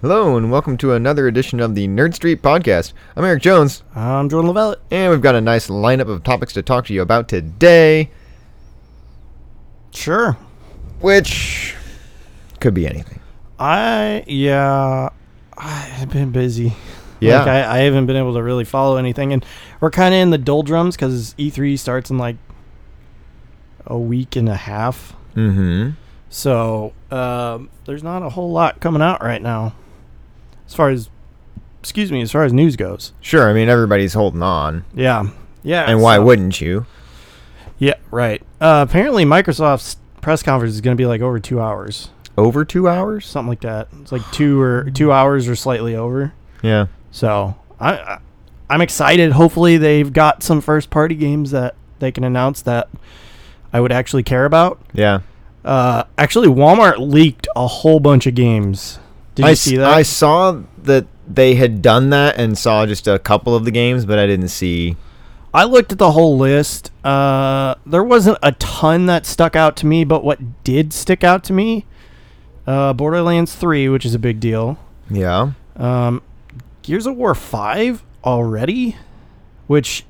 Hello, and welcome to another edition of the Nerd Street Podcast. I'm Eric Jones, I'm Jordan Lavelle. and we've got a nice lineup of topics to talk to you about today, Sure. which could be anything. I yeah, I've been busy. Yeah. Like I, I haven't been able to really follow anything, and we're kind of in the doldrums because E3 starts in like a week and a half. Mm So um, there's not a whole lot coming out right now, as far as excuse me, as far as news goes. hmm. Sure, I mean, everybody's holding on. Yeah. Yeah. And why so- wouldn't you? Yeah. Right. Uh, apparently, Microsoft's press conference is going to be like over two hours, Over two hours? something like that. It's like two or two hours or slightly over. Yeah. So I, I I'm excited. Hopefully they've got some first party games that they can announce that I would actually care about. Yeah. Uh, actually, Walmart leaked a whole bunch of games. Did I you s- see that? I saw that they had done that and saw just a couple of the games, but I didn't see. I looked at the whole list. Uh, there wasn't a ton that stuck out to me, but what did stick out to me, uh, Borderlands 3, which is a big deal. Yeah. Um, Gears of War 5 already, which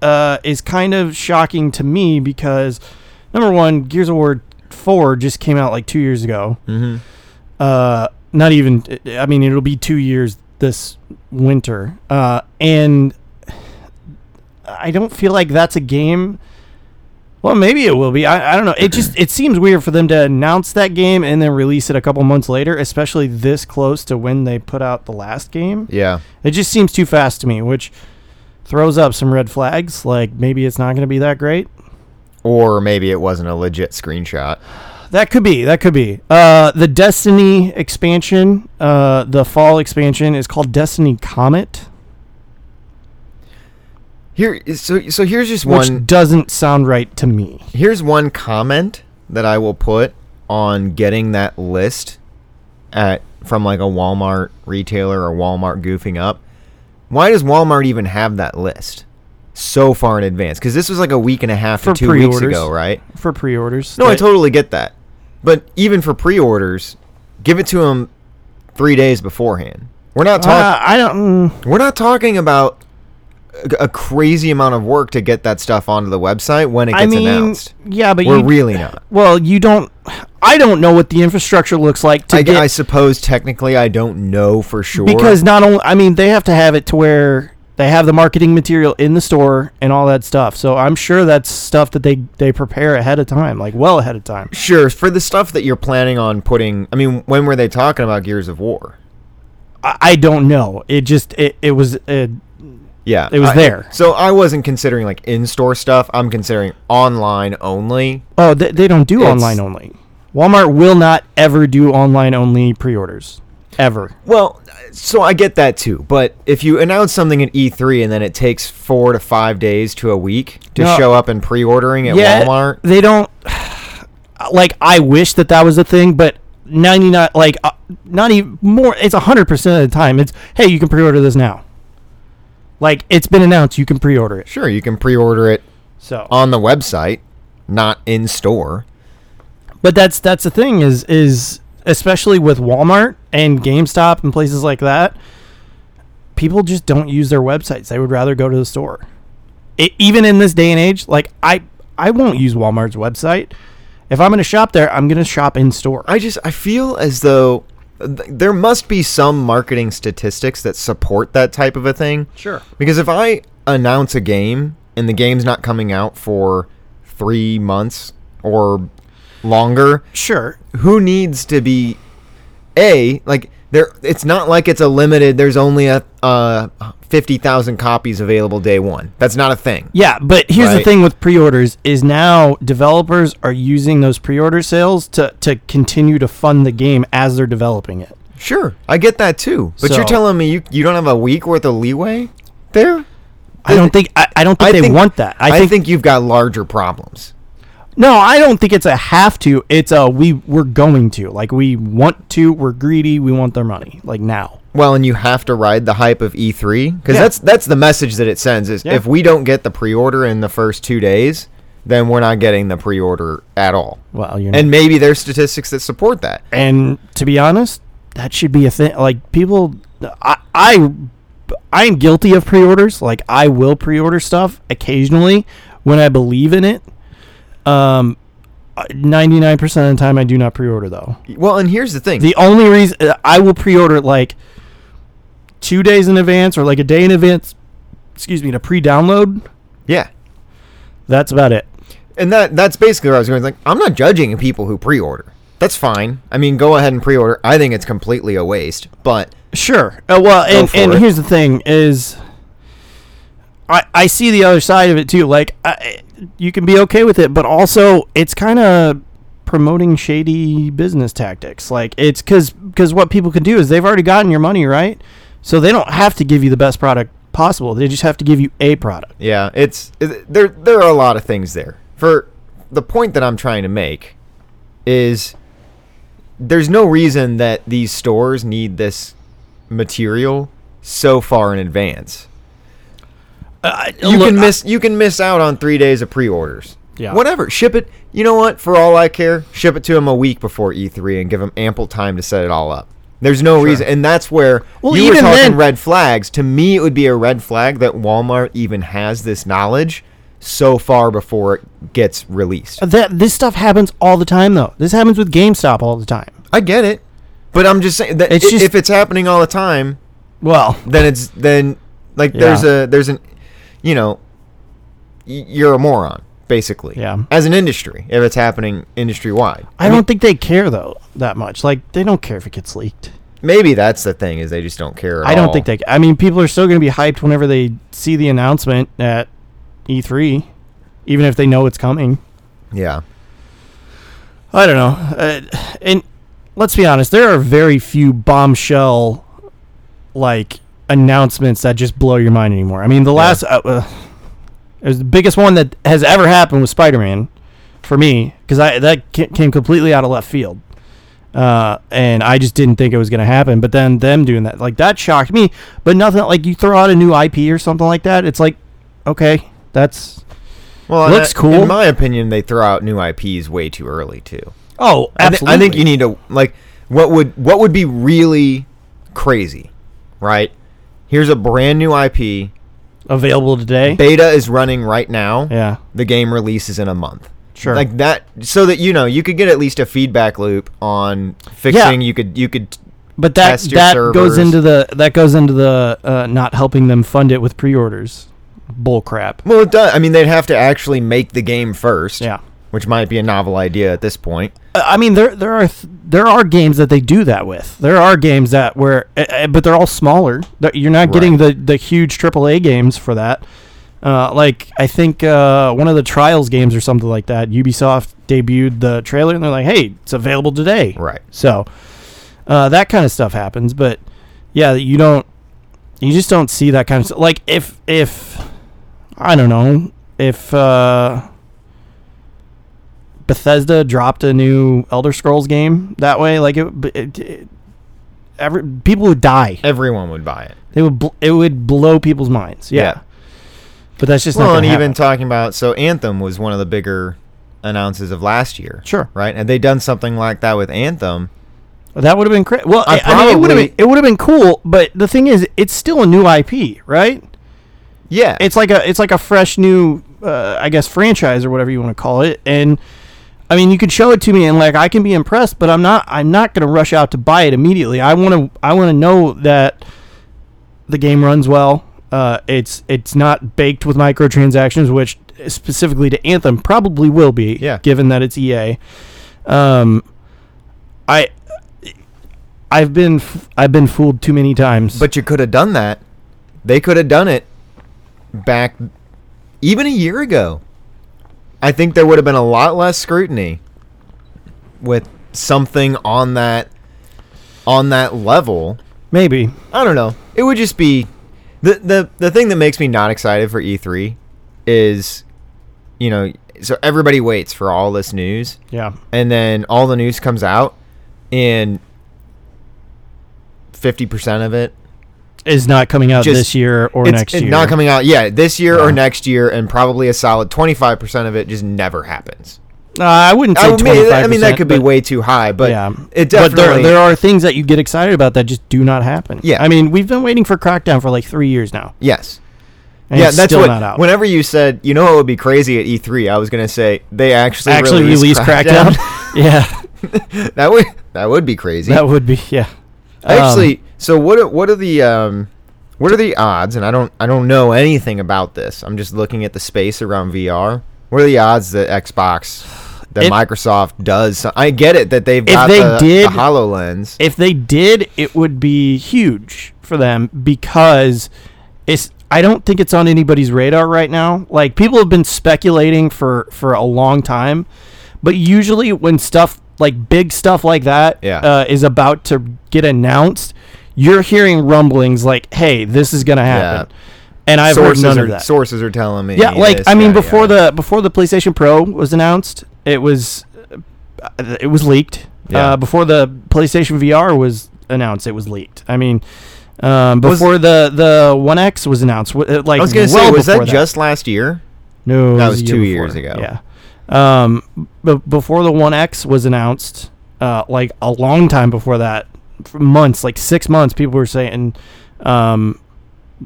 uh, is kind of shocking to me because, number one, Gears of War 4 just came out like two years ago. Mm Uh, not even, I mean, it'll be two years this winter. Uh, and I don't feel like that's a game. Well, maybe it will be. I, I don't know. It just it seems weird for them to announce that game and then release it a couple months later, especially this close to when they put out the last game. hmm. Yeah. It just seems too fast to me, which throws up some red flags. Like maybe it's not going to be that great. Or maybe it wasn't a legit screenshot. That could be. That could be. Uh, the Destiny expansion, uh, the fall expansion, is called Destiny Comet, Here, so so here's just one which doesn't sound right to me. Here's one comment that I will put on getting that list at from like a Walmart retailer or Walmart goofing up. Why does Walmart even have that list so far in advance? Because this was like a week and a half For to two weeks pre-orders. ago, right? For pre-orders, No, I That- totally get that. But even for pre-orders, give it to them three days beforehand. We're not talking. Uh, I don't. mm, We're not talking about a, a crazy amount of work to get that stuff onto the website when it gets I mean, announced. yeah, but We're you, really not. Well, you don't. I don't know what the infrastructure looks like to I, get I suppose technically I don't know for sure. because not only I mean they have to have it to where they have the marketing material in the store and all that stuff. So I'm sure that's stuff that they they prepare ahead of time, like well ahead of time. sure for the stuff that you're planning on putting. I mean, when were they talking about Gears of War? I, I don't know. It just it, it was it, Yeah, It was I- there. So I wasn't considering like in-store stuff. I'm considering online only. oh they, they don't do It's- online only. Walmart will not ever do online only pre-orders ever. Well, so I get that too. But if you announce something at E3 and then it takes four to five days to a week to No. show up in pre-ordering at yeah, Walmart, They don't like I wish that that was a thing, but 99 like uh, not even more it's 100% of the time it's hey, you can pre-order this now. Like it's been announced you can pre-order it. sure you can pre-order it So on the website, not in store. but that's that's the thing is is especially with Walmart and GameStop and places like that, people just don't use their websites. They would rather go to the store. It, even in this day and age, like I I won't use Walmart's website. If I'm going to shop there, I'm going to shop in store. I just I feel as though th- there must be some marketing statistics that support that type of a thing. Sure. Because if I announce a game and the game's not coming out for 3 months or longer, Sure. who needs to be a like there it's not like it's a limited there's only a uh 50,000 copies available day 1. That's not a thing. Yeah, but here's the Right. thing with pre-orders is now developers are using those pre-order sales to to continue to fund the game as they're developing it. Sure. I get that too. But you're So- telling me you you don't have a week worth of leeway there? I don't think I, I don't think they want that. I, think, you've got larger problems. no, I don't think it's a have to. It's a we we're going to. Like we want to, we're greedy, we want their money. Like now. Well, and you have to ride the hype of E3 because Yeah. that's that's the message that it sends is Yeah. if we don't get the pre-order in the first two days, then we're not getting the pre-order at all. Well, you know. And maybe there's statistics that support that. and to be honest, that should be a thing. Like people, I, I, I am guilty of pre-orders. Like I will pre-order stuff occasionally when I believe in it. Um, ninety-nine percent of the time, I do not pre-order though. Well, and here's the thing. The only reason uh, I will pre-order like two days in advance or like a day in advance, excuse me, to pre-download. yeah. That's about it. And that that's basically what I was going. Like, I'm not judging people who pre-order. That's fine. I mean, go ahead and pre-order. I think it's completely a waste. But Sure. Uh, well, and, for and it. here's the thing is I I see the other side of it too. Like I, you can be okay with it, but also it's kind of promoting shady business tactics. Like it's cuz cuz what people can do is they've already gotten your money, right? So they don't have to give you the best product possible. They just have to give you a product. yeah, it's it, there. There are a lot of things there. For the point that I'm trying to make is there's no reason that these stores need this material so far in advance. Uh, you can miss you can miss out on three days of pre-orders. Yeah. Whatever. Ship it. You know what? For all I care, ship it to them a week before E3 and give them ample time to set it all up. There's no reason, and that's where Well, you were even talking then- red flags. To me, it would be a red flag that Walmart even has this knowledge so far before it gets released. that this stuff happens all the time though. This happens with GameStop all the time. I get it, but I'm just saying that It's i- just- if it's happening all the time, Well, then it's then like there's Yeah. a there's an you know y- you're a moron basically Yeah. as an industry if it's happening industry wide I, don't think they care though that much. Like they don't care if it gets leaked. maybe that's the thing is they just don't care at I don't all. think they. I mean, people are still going to be hyped whenever they see the announcement at E3, even if they know it's coming. yeah I don't know. Uh, and let's be honest, there are very few bombshell like announcements that just blow your mind anymore. I mean, the last uh, uh, it was the biggest one that has ever happened with Spider-Man for me because I that ca- came completely out of left field. Uh, and I just didn't think it was going to happen. But then them doing that, like that shocked me. But nothing like you throw out a new IP or something like that. It's like, okay, that's well and Looks I- cool. in my opinion they throw out new ips way too early too I, oh, thi- absolutely. I think you need to like what would what would be really crazy right here's a brand new ip available today. beta is running right now yeah, the game releases in a month. Sure. Like that so that you know, you could get at least a feedback loop on fixing you could you could But that test your that goes servers. into the that goes into the uh, not helping them fund it with pre-orders. Bull crap. well it does I mean they'd have to actually make the game first. Yeah. Which might be a novel idea at this point. Uh, I mean there there are th- there are games that they do that with. There are games that where uh, uh, but they're all smaller. They're- You're not getting the the huge AAA games for that. Uh, like I think uh, one of the trials games or something like that. Ubisoft debuted the trailer and they're like, "Hey, it's available today." Right. So uh, that kind of stuff happens, but yeah, you don't, you just don't see that kind of stuff. Like if if I don't know if uh, Bethesda dropped a new Elder Scrolls game that way, like it, it, it every, people would die. Everyone would buy it. They would bl- it would blow people's minds. Yeah, but that's just Well, not and gonna even happen. talking about so Anthem was one of the bigger announces of last year. Sure. Right? Had they done something like that with Anthem, That would have been cra- well. I, I I mean, it would have probably- been it would have been cool, but the thing is, it's still a new IP, right? yeah. it's like a it's like a fresh new uh, I guess franchise or whatever you want to call it and I mean you can show it to me and like I can be impressed but I'm not I'm not going to rush out to buy it immediately I want to I want to know that the game runs well uh, it's it's not baked with microtransactions which specifically to Anthem probably will be Yeah. given that it's EA um I I've been f- I've been fooled too many times But you could have done that. They could have done it back even a year ago. I think there would have been a lot less scrutiny with something on that on that level. maybe I don't know. It would just be the the the thing that makes me not excited for E3 is you know, so everybody waits for all this news yeah and then all the news comes out and 50% of it is not coming out Just- this year or it's, next it's year. not coming out. Yeah, this year Yeah. or next year, and probably a solid twenty five percent of it just never happens. Uh, I wouldn't say I mean, 25%. I mean, that could be but- way too high, but yeah. it But there, definitely. there are things that you get excited about that just do not happen. Yeah. I mean, we've been waiting for Crackdown for like three years now. yes. And yeah, it's that's still what. not out. Whenever you said, you know, it would be crazy at E3, I was gonna say they actually actually released Crackdown. yeah, that would that would be crazy. that would be yeah. Um, Actually, so what? Are, what are the um, what are the odds? And I don't I don't know anything about this. I'm just looking at the space around VR. What are the odds that Xbox, that If- Microsoft does? some- I get it that they've If got they the, did- the Hololens. if they did, it would be huge for them because it's. I don't think it's on anybody's radar right now. Like people have been speculating for for a long time, but usually when stuff like big stuff like that Yeah. uh, is about to get announced, you're hearing rumblings like, "Hey, this is gonna happen," and I've sources heard none are, of that. Sources are telling me. Yeah, like this, I mean, yada, before yada. the before the PlayStation Pro was announced, it was uh, it was leaked. Yeah. Uh, before the PlayStation VR was announced, it was leaked. I mean, um, Was- before the the One X was announced, w- uh, like I was gonna well say, was that, before just last year? no? it that was the two year years before. ago. Yeah. Um, but before the One X was announced, uh, like a long time before that, for months, like six months, people were saying, um,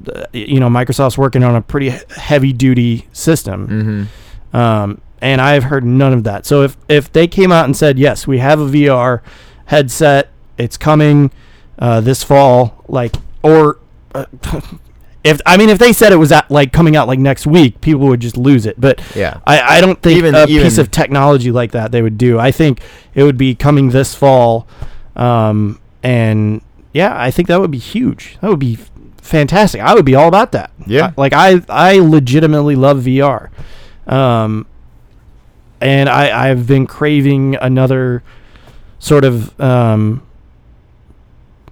th- you know, Microsoft's working on a pretty heavy duty system. Mm-hmm. Um, and I've heard none of that. So if if they came out and said, "Yes, we have a VR headset. It's coming uh, this fall," like or uh, if I mean if they said it was at, like coming out like next week, people would just lose it. But Yeah. I, I don't think Even- a even- piece of technology like that they would do. I think it would be coming this fall, um, and yeah, I think that would be huge. That would be f- fantastic. I would be all about that. Yeah. I- like I I legitimately love VR, um, and I I've been craving another sort of um,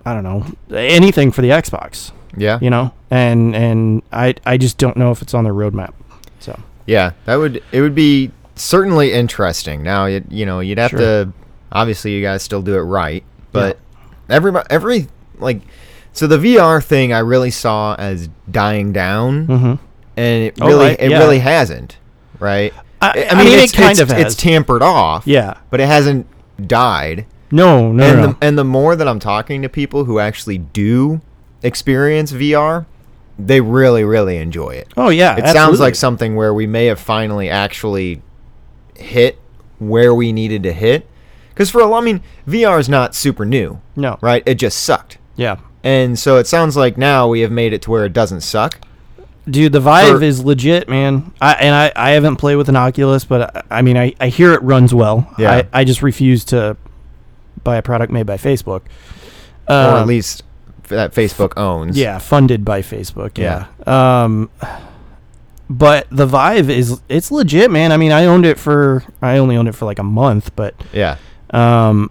I don't know anything for the Xbox, Yeah. you know, and and I I just don't know if it's on their roadmap, so. Yeah, that would it would be certainly interesting. Now you you know you'd have Sure. to obviously you guys still do it right, but everybody every like so the VR thing I really saw as dying down, Mm-hmm. and it Oh, really right, it yeah. really hasn't, right? I- I mean, it kind it's, of it's has. tampered off, Yeah. but it hasn't died. No, no, and no. the, and the more that I'm talking to people who actually do experience VR, they really really enjoy it. oh yeah. It sounds like absolutely. something where we may have finally actually hit where we needed to hit. Because for a long, I mean, VR is not super new, no. right? It just sucked, Yeah. and so it sounds like now we have made it to where it doesn't suck. Dude, the Vive For- is legit, man. I and I, I haven't played with an Oculus, but I, I mean I, I hear it runs well. Yeah. I, I just refuse to buy a product made by Facebook. or Um, at least f- that Facebook owns. Yeah, funded by Facebook. Yeah. Um, but the Vive is it's legit, man. I mean, I owned it for I only owned it for like a month, but yeah, Um,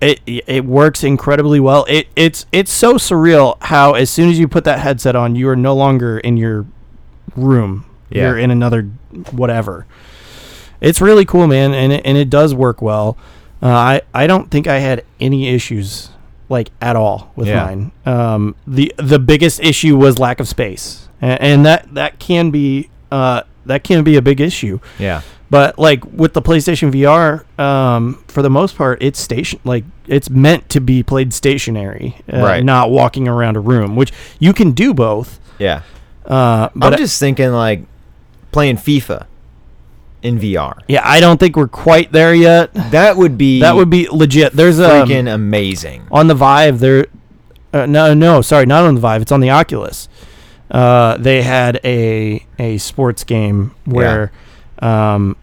it it works incredibly well. It it's it's so surreal how as soon as you put that headset on, you are no longer in your room. Yeah. You're in another whatever. It's really cool, man, and it, and it does work well. Uh, I I don't think I had any issues like at all with Yeah. mine. Um, the the biggest issue was lack of space, and, and that that can be uh that can be a big issue. yeah, But like with the PlayStation VR, um, for the most part, it's station like it's meant to be played stationary, uh, Right. Not walking around a room, which you can do both. yeah. Uh, but I'm just thinking like playing FIFA in VR. yeah, I don't think we're quite there yet. That would um, be That would be legit. There's um, a freaking amazing. on the Vive. There, uh, no, no, sorry, not on the Vive. It's on the Oculus. Uh, they had a a sports game where, um,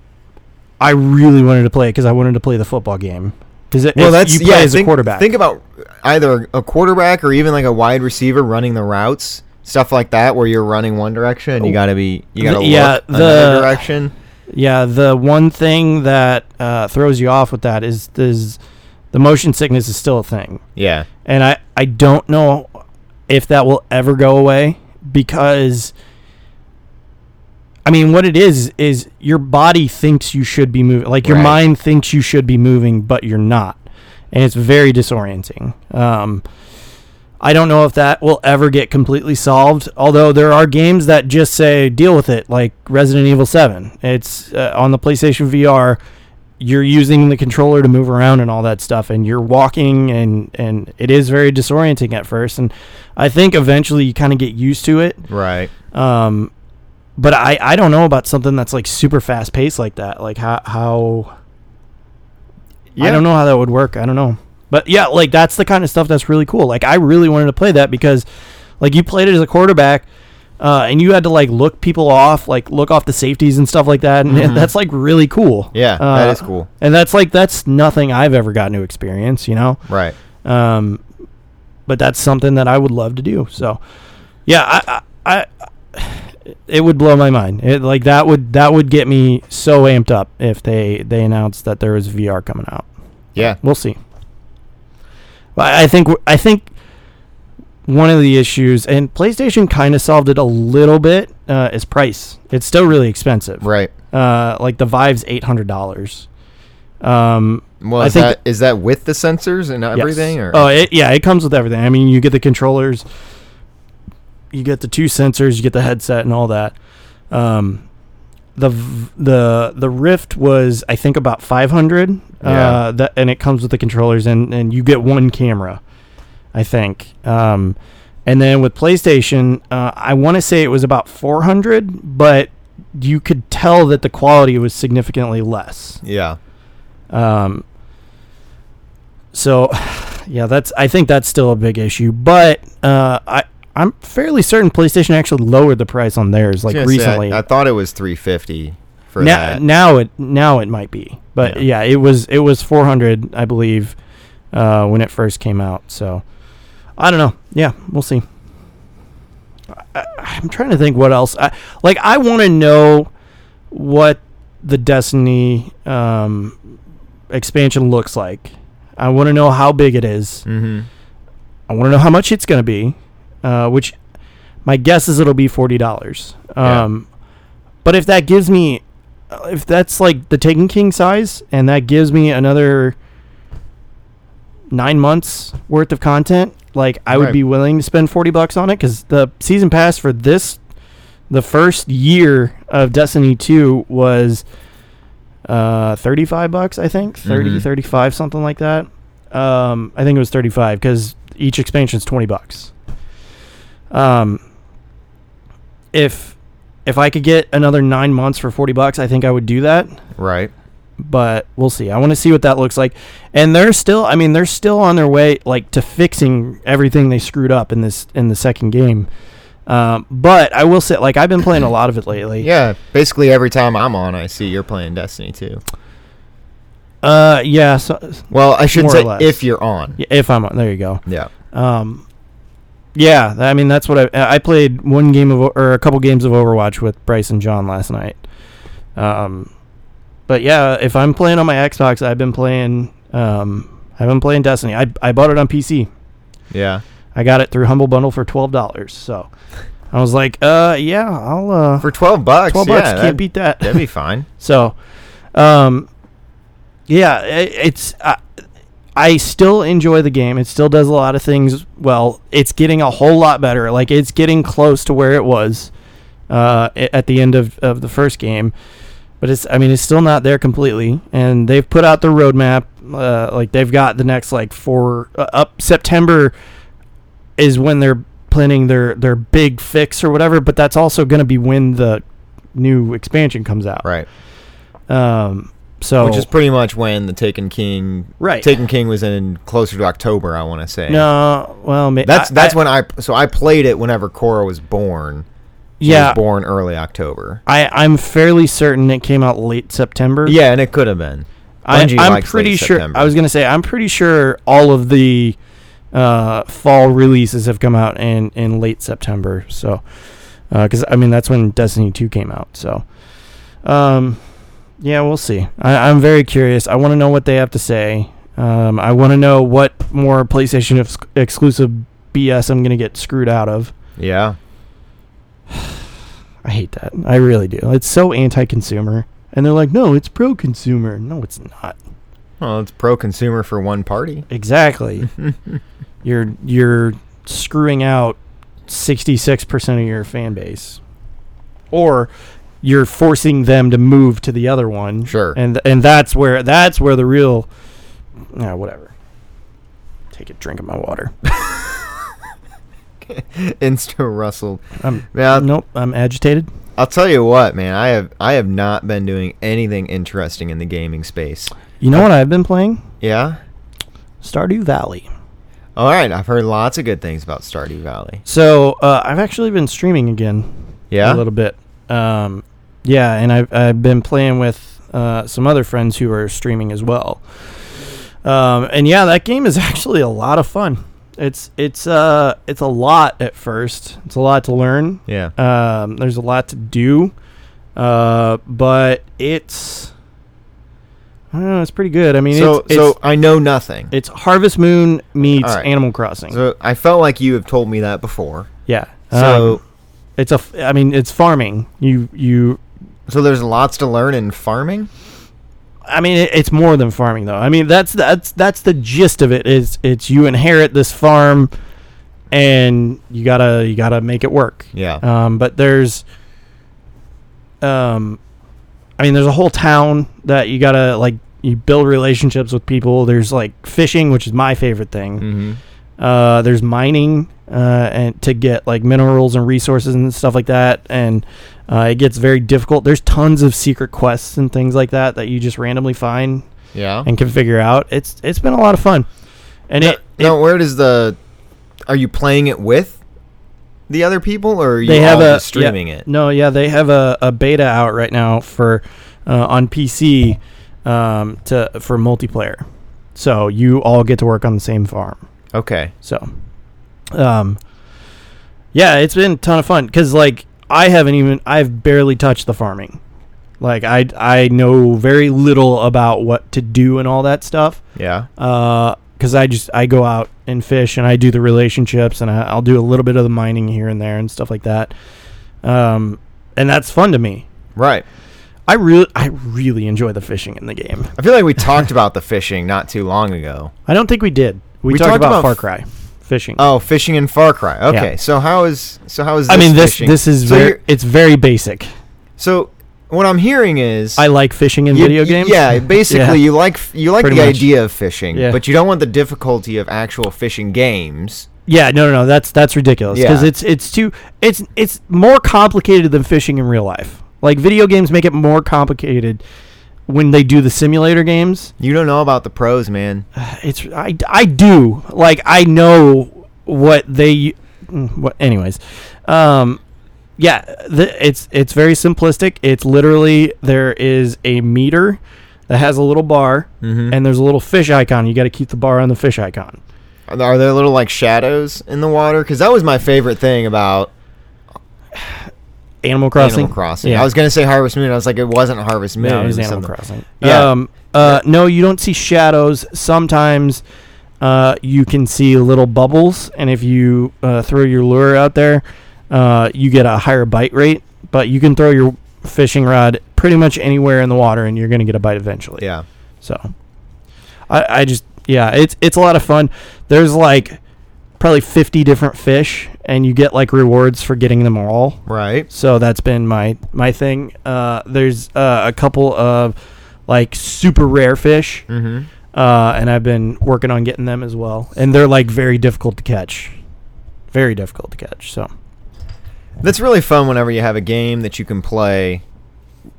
I really wanted to play because I wanted to play the football game. 'Cause it, Well, it's- that's you play yeah. as think, a quarterback. Think about either a quarterback or even like a wide receiver running the routes, stuff like that, where you're running one direction and you gotta be you gotta The- yeah, look another the- direction. Yeah, the one thing that uh, throws you off with that is is the motion sickness is still a thing, Yeah, and I I don't know if that will ever go away because I mean what it is is your body thinks you should be moving, like your Right. mind thinks you should be moving, but you're not, and it's very disorienting. Um, I don't know if that will ever get completely solved. Although there are games that just say deal with it, like Resident Evil Seven. It's uh, on the PlayStation VR. you're using the controller to move around and all that stuff and you're walking and and it is very disorienting at first and I think eventually you kind of get used to it. Right. Um but I I don't know about something that's like super fast paced like that. Like how how I don't know how that would work. I don't know. But yeah, like that's the kind of stuff that's really cool. Like I really wanted to play that because like you played it as a quarterback uh, and you had to like look people off, like look off the safeties and stuff like that, and Mhm. that's like really cool. Yeah, that Uh, is cool. And that's like that's nothing I've ever gotten to experience, you know. Right. Um, but that's something that I would love to do. So, yeah, I, I, I it would blow my mind. It, like that would that would get me so amped up if they they announced that there was VR coming out. Yeah. We'll see. But I I think w- I think one of the issues, and PlayStation kind of solved it a little bit, uh, is price. It's still really expensive. Right. Uh, like the Vive's eight hundred dollars. Um, Well, I is think that is that with the sensors and Yes. everything? Or? Oh, it, yeah, it comes with everything. I mean, you get the controllers, you get the two sensors, you get the headset, and all that. Um, the v- the the Rift was I think about five hundred. Yeah. Uh, that and it comes with the controllers, and and you get one camera, I think. Um, and then with PlayStation, uh, I want to say it was about four hundred, but you could tell that the quality was significantly less. yeah. Um, so, yeah, that's. I think that's still a big issue, but uh, I I'm fairly certain PlayStation actually lowered the price on theirs like I was gonna say, I- recently. I, thought it was 350 for now, that. now it now it might be, but yeah. Yeah. it was it was 400, I believe, uh, when it first came out. So, I don't know. Yeah, we'll see. I, I, I'm trying to think what else. I like. I want to know what the Destiny um, expansion looks like. I want to know how big it is. mm-hmm. I want to know how much it's going to be, uh, which my guess is it'll be forty dollars. Yeah. Um, But if that gives me, uh, if that's like the Taken King size, and that gives me another nine months worth of content, like I would Right. be willing to spend forty bucks on it because the season pass for this, the first year of Destiny Two was uh 35 bucks i think 30 Mhm. 35 something like that um i think it was 35 because each expansion is 20 bucks um if if i could get another nine months for 40 bucks i think i would do that Right. but we'll see i want to see what that looks like and they're still i mean they're still on their way like to fixing everything they screwed up in this in the second game um, but i will say like i've been playing a lot of it lately Yeah. Basically, every time I'm on, I see you're playing Destiny 2. uh yeah so Well, I should More or say less. if you're on. if i'm on there you go Yeah. Um, yeah, I mean that's what I I played one game of O- or a couple games of Overwatch with Bryce and John last night. Um, but yeah, if I'm playing on my Xbox, I've been playing um I've been playing Destiny. I I bought it on PC. Yeah. I got it through Humble Bundle for twelve dollars. So I was like, uh, yeah, I'll uh For 12 bucks. twelve yeah, bucks that'd- can't beat that. That'd be fine. So, um, yeah, i it's I, I still enjoy the game. It still does a lot of things well. It's getting a whole lot better. Like it's getting close to where it was uh, a- at the end of, of the first game. But it's I mean it's still not there completely, and they've put out the roadmap. Uh, like they've got the next like four uh, up September is when they're planning their their big fix or whatever. But that's also going to be when the new expansion comes out. Right. Um, so Which is pretty much when the Taken King. Right. Taken King was in closer to October, I want to say. no, well, ma- That's I- that's I- when I so I played it whenever Cora was born. She yeah. was born early October. I I'm fairly certain it came out late September. Yeah, and it could have been. I, Bungie I'm likes pretty late sure. September. I was gonna say I'm pretty sure all of the uh, fall releases have come out in in late September. So, because I mean that's when Destiny Two came out. So, um, yeah, we'll see. I, I'm very curious. I want to know what they have to say. Um, I want to know what more PlayStation ex- exclusive BS I'm gonna get screwed out of. Yeah. I hate that. I really do. It's so anti-consumer. And they're like, no, it's pro-consumer. No, it's not. Well, it's pro consumer for one party. Exactly. you're you're screwing out 66% of your fan base. Or you're forcing them to move to the other one. Sure. And and that's where that's where the real yeah, whatever. Take a drink of my water. Insta Russell. I'm Yeah, nope, I'm agitated. I'll tell you what, man. I have I have not been doing anything interesting in the gaming space. You know what I've been playing? Yeah. Stardew Valley. All right. I've heard lots of good things about Stardew Valley. So uh, I've actually been streaming again. Yeah. a little bit. Um, yeah, and I've I've been playing with uh, some other friends who are streaming as well. Um, and yeah, that game is actually a lot of fun. It's it's uh it's a lot at first. It's a lot to learn. Yeah. Um, there's a lot to do, uh, but it's I don't know. It's pretty good. I mean, so it's, so I know nothing. it's, it's Harvest Moon meets All right. Animal Crossing. so I felt like you have told me that before. yeah. So Um, it's a f- I mean, it's farming. You you so there's lots to learn in farming. I mean, it, it's more than farming, though. I mean, that's that's that's the gist of it. Is it's you inherit this farm, and you gotta you gotta make it work. Yeah. Um, but there's, um, I mean, there's a whole town that you gotta like you build relationships with people. There's like fishing, which is my favorite thing. mm-hmm. Uh, there's mining uh, and to get like minerals and resources and stuff like that, and uh, it gets very difficult. There's tons of secret quests and things like that that you just randomly find Yeah. and can figure out. It's it's been a lot of fun, and it, No, where does the? Are you playing it with the other people, or are it- you they all have a just streaming yeah, it? No, yeah, they have a, a beta out right now for uh, on PC um, to for multiplayer, so you all get to work on the same farm. Okay. So, um, yeah, it's been a ton of fun because like I haven't even I've barely touched the farming. Like I I know very little about what to do and all that stuff. Yeah. Uh, because I just I go out and fish and I do the relationships and I, I'll do a little bit of the mining here and there and stuff like that. Um, and that's fun to me. Right. I really I really enjoy the fishing in the game. I feel like we talked about the fishing not too long ago. I don't think we did. We, We talked, talked about, about Far f- Cry fishing. Oh, fishing in Far Cry. Okay. Yeah. So how is so how is this I mean this fishing? this is so very you're- it's very basic. so what I'm hearing is I like fishing in you- video you- games. Yeah, basically Yeah. you like f- you like Pretty the much. idea of fishing, Yeah. but you don't want the difficulty of actual fishing games. Yeah, no, no, no. That's that's ridiculous because Yeah. it's it's too it's it's more complicated than fishing in real life. Like video games make it more complicated when they do the simulator games. You don't know about the pros, man. It's I, I do like I know what they mm, what anyways. Um, yeah, the, it's it's very simplistic. It's literally there is a meter that has a little bar Mhm. and there's a little fish icon. You got to keep the bar on the fish icon. Are there- are there little like shadows in the water? Because that was my favorite thing about Animal Crossing. Animal Crossing. Yeah. I was gonna say Harvest Moon. I was like, it wasn't Harvest Moon. No, it was Animal something- Crossing. Yeah. Um, uh, No, you don't see shadows. Sometimes uh, you can see little bubbles, and if you uh, throw your lure out there, uh, you get a higher bite rate. But you can throw your fishing rod pretty much anywhere in the water, and you're going to get a bite eventually. Yeah. So, I, I just yeah, it's it's a lot of fun. There's like probably 50 different fish, and you get like rewards for getting them all. Right. So that's been my my thing. Uh, there's uh, a couple of like super rare fish, Mm-hmm. uh, and I've been working on getting them as well. And they're like very difficult to catch, very difficult to catch. So That's really fun whenever you have a game that you can play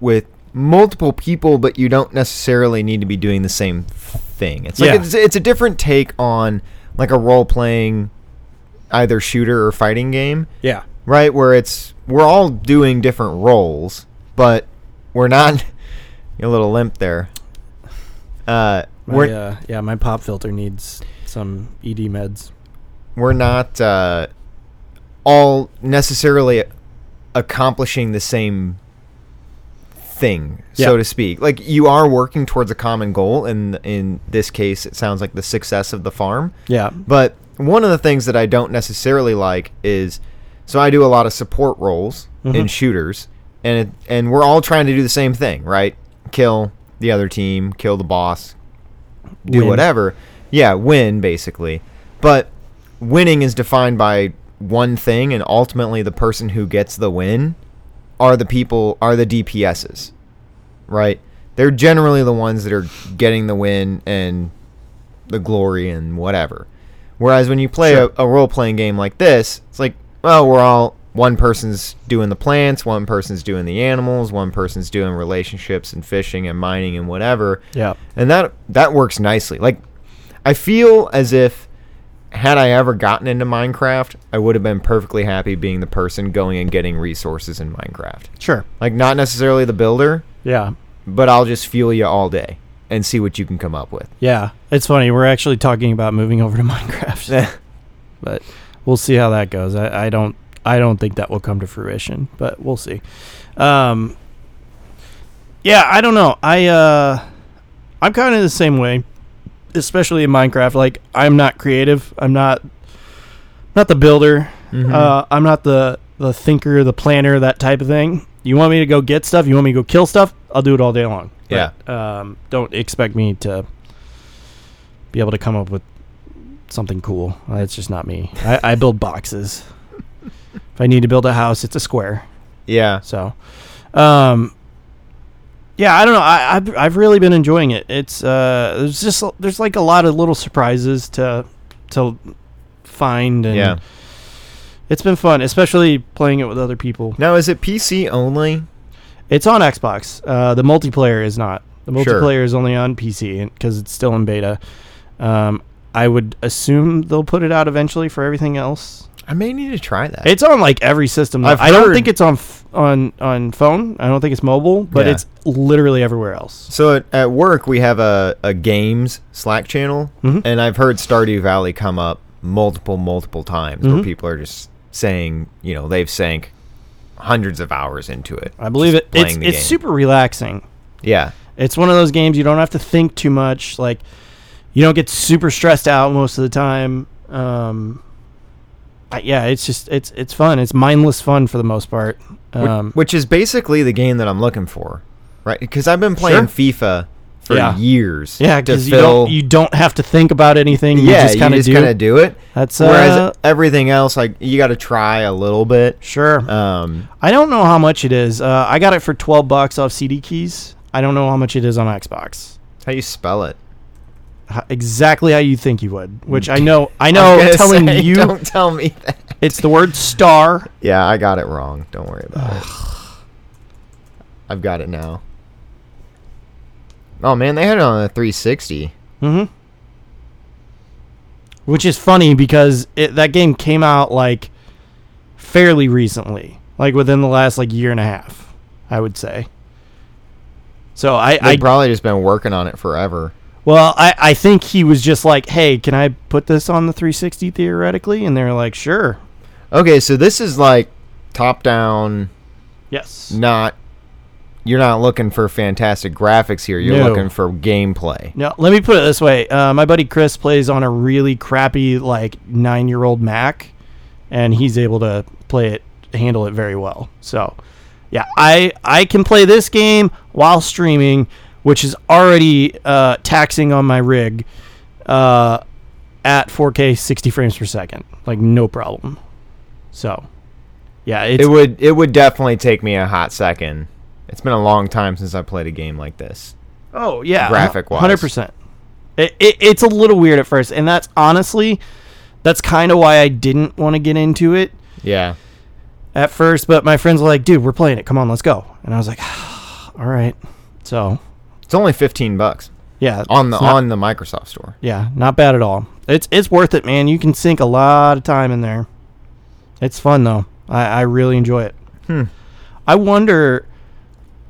with multiple people, but you don't necessarily need to be doing the same thing. It's like Yeah. it's, it's a different take on like a role playing either shooter or fighting game, yeah, right? Where it's we're all doing different roles, but we're not a little limp there. Uh, my, we're uh, yeah, my pop filter needs some ED meds. we're not uh, all necessarily accomplishing the same thing, Yeah. so to speak. Like you are working towards a common goal, and in this case, it sounds like the success of the farm. Yeah, Mm-hmm. But one of the things that I don't necessarily like is, so I do a lot of support roles in Mhm. shooters, and it, and we're all trying to do the same thing, right? Kill the other team, kill the boss, do Win. whatever. Yeah, win basically. But winning is defined by one thing, and ultimately the person who gets the win are the people are the DPSs, right? They're generally the ones that are getting the win and the glory and whatever. Whereas when you play Sure. a, a role playing game like this, it's like, well, we're all one person's doing the plants, one person's doing the animals, one person's doing relationships and fishing and mining and whatever Yeah. and that that works nicely. Like I feel as if had I ever gotten into Minecraft, I would have been perfectly happy being the person going and getting resources in Minecraft. Sure. Like not necessarily the builder, Yeah. but I'll just fuel you all day and see what you can come up with. Yeah. It's funny. We're actually talking about moving over to Minecraft, but we'll see how that goes. I, I don't. I don't think that will come to fruition, but we'll see. Um, yeah, I don't know. I uh, I'm kind of the same way, especially in Minecraft. Like, I'm not creative. I'm not not the builder. Mhm. Uh, I'm not the the thinker, the planner, that type of thing. You want me to go get stuff? You want me to go kill stuff? I'll do it all day long. Yeah. But, um, don't expect me to be able to come up with something cool. That's just not me. I, I build boxes. if I need to build a house, it's a square. yeah. So, um, yeah, I don't know. I, I've I've really been enjoying it. It's uh, there's just there's like a lot of little surprises to to find and Yeah. it's been fun, especially playing it with other people. Now is it PC only? It's on Xbox. Uh, the multiplayer is not. The Sure. multiplayer is only on PC because it's still in beta. Um, I would assume they'll put it out eventually for everything else. I may need to try that. It's on like every system. though. I've I don't heard- think it's on f- on on phone. I don't think it's mobile, but Yeah. it's literally everywhere else. so at, at work we have a, a games Slack channel Mhm. and I've heard Stardew Valley come up multiple multiple times where Mhm. people are just saying, you know, they've sank hundreds of hours into it. I believe it. It's, playing the it's game. super relaxing. Yeah. It's one of those games you don't have to think too much. Like, you don't get super stressed out most of the time. Um, I, yeah, it's just it's it's fun. It's mindless fun for the most part. Which, Um, which is basically the game that I'm looking for, right? Because I've been playing FIFA for Yeah. years. yeah, to because you don't you don't have to think about anything. you yeah, just kind of do. kind of do it. That's uh, Whereas everything else, like you got to try a little bit. sure. Um, I don't know how much it is. Uh, I got it for twelve bucks off CD keys. I don't know how much it is on Xbox. how you spell it? How, exactly how you think you would, which I know. I know. Mm. I was gonna telling say, you, Don't tell me that. it's the word star. Yeah, I got it wrong. Don't worry about it. I've got it now. Oh man, they had it on a 360. hmm Which is funny because it, that game came out like fairly recently, like within the last like year and a half, I would say. So I, They've I probably just been working on it forever. well, I, I think he was just like, hey, can I put this on the 360 theoretically? And they're like, sure. Okay, so this is like top down Yes. not you're not looking for fantastic graphics here. You're No. looking for gameplay. No, let me put it this way. Uh, my buddy Chris plays on a really crappy, like, nine year old Mac, and he's able to play it, handle it very well. So, yeah, I, I can play this game while streaming, which is already uh, taxing on my rig uh, at 4K 60 frames per second. Like, no problem. So, yeah, it's, It would it would definitely take me a hot second. It's been a long time since I played a game like this. Oh yeah, graphic-wise. hundred percent. It, it, it's a little weird at first, and that's honestly, that's kind of why I didn't want to get into it Yeah. at first. But my friends were like, "Dude, we're playing it. Come on, let's go." And I was like, "All right." So It's only 15 bucks yeah, on the it's not- on the Microsoft store. yeah, not bad at all. It's it's worth it, man. You can sink a lot of time in there. It's fun though. I, I really enjoy it. Hmm. I wonder.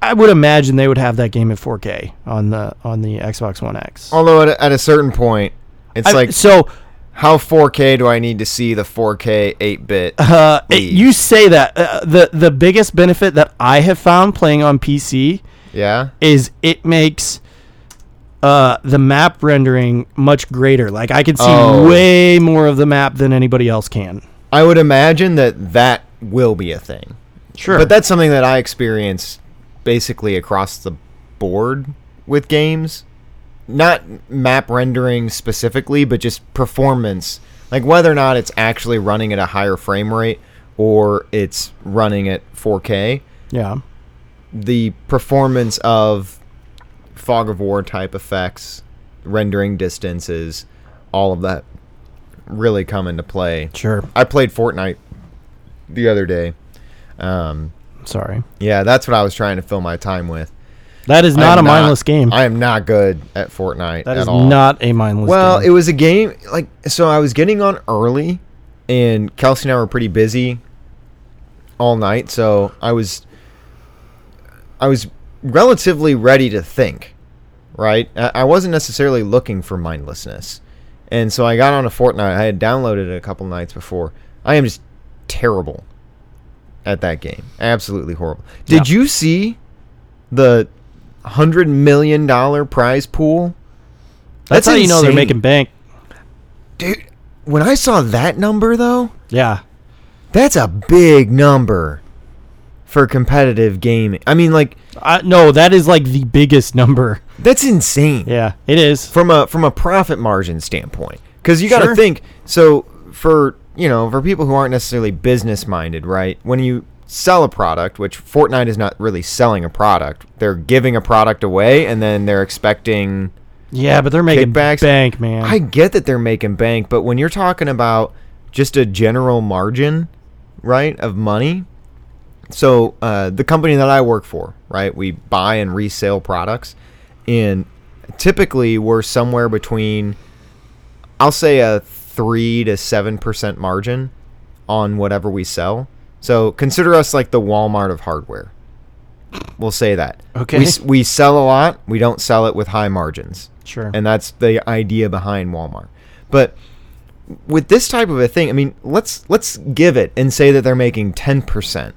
I would imagine they would have that game at 4K on the on the Xbox One X. Although at, a- at a certain point Oh, it's I- like so how 4K do I need to see the 4K 8-bit? Uh, it- Leave. you say that uh, the the biggest benefit that I have found playing on PC yeah. is it makes uh, the map rendering much greater. Like I can see Oh. way more of the map than anybody else can. I would imagine that that will be a thing. Sure, But that's something that I experience basically across the board with games. Not map rendering specifically, but just performance. Like whether or not it's actually running at a higher frame rate or it's running at 4K. Yeah. the performance of fog of war type effects, rendering distances, all of that really come into play. Sure. I played Fortnite the other day. Um, Sorry. yeah, that's what I was trying to fill my time with. That is I not a am mindless game. I am not good at Fortnite that at is all. not a mindless well, game. it was a game like so I was getting on early and Kelsey and I were pretty busy all night, so I was I was relatively ready to think, right? I I wasn't necessarily looking for mindlessness. And so I got on a Fortnite. I had downloaded it a couple nights before. I am just terrible at that game. Absolutely horrible. Did Yeah. you see the 100 million dollar prize pool? that's, how you know they're insane. making bank. Dude, when I saw that number though, Yeah. that's a big number for competitive gaming. I mean, like I, no, that is like the biggest number. that's insane Yeah, it is. from a from a profit margin standpoint. Because you got to Sure. think. So for you know for people who aren't necessarily business minded, right? When you sell a product, which Fortnite is not really selling a product, they're giving a product away and then they're expecting Yeah, but they're making Kickbacks. bank, man. I get that they're making bank, but when you're talking about just a general margin, right, of money. So uh, the company that I work for, right, we buy and resell products, and typically we're somewhere between, I'll say a three to seven percent margin on whatever we sell. So consider us like the Walmart of hardware. We'll say that. Okay. We, s- we sell a lot. We don't sell it with high margins sure. and that's the idea behind Walmart. But with this type of a thing, I mean, let's let's give it and say that they're making ten percent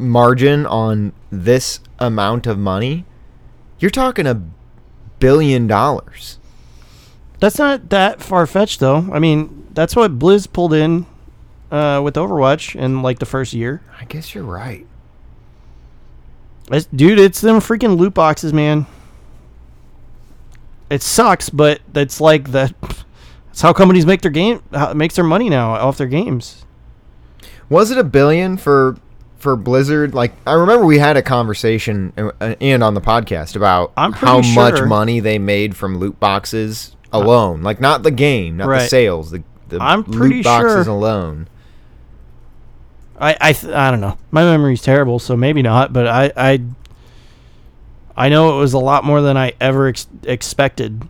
margin on this amount of money. You're talking a billion dollars. that's not that far fetched, though. I mean, that's what Blizz pulled in uh, with Overwatch in like the first year. I guess you're right. It's, dude, it's them freaking loot boxes, man. It sucks, but that's like the. That's how companies make their game, how, makes their money now off their games. Was it a billion for for Blizzard? Like I remember we had a conversation uh, and on the podcast about I'm pretty how much sure- Uh, money they made from loot boxes alone. like not the game, not the Right. sales, the the I'm pretty loot boxes sure- alone. I I, th- I don't know. My memory's terrible, so maybe not. But I I I know it was a lot more than I ever ex- expected.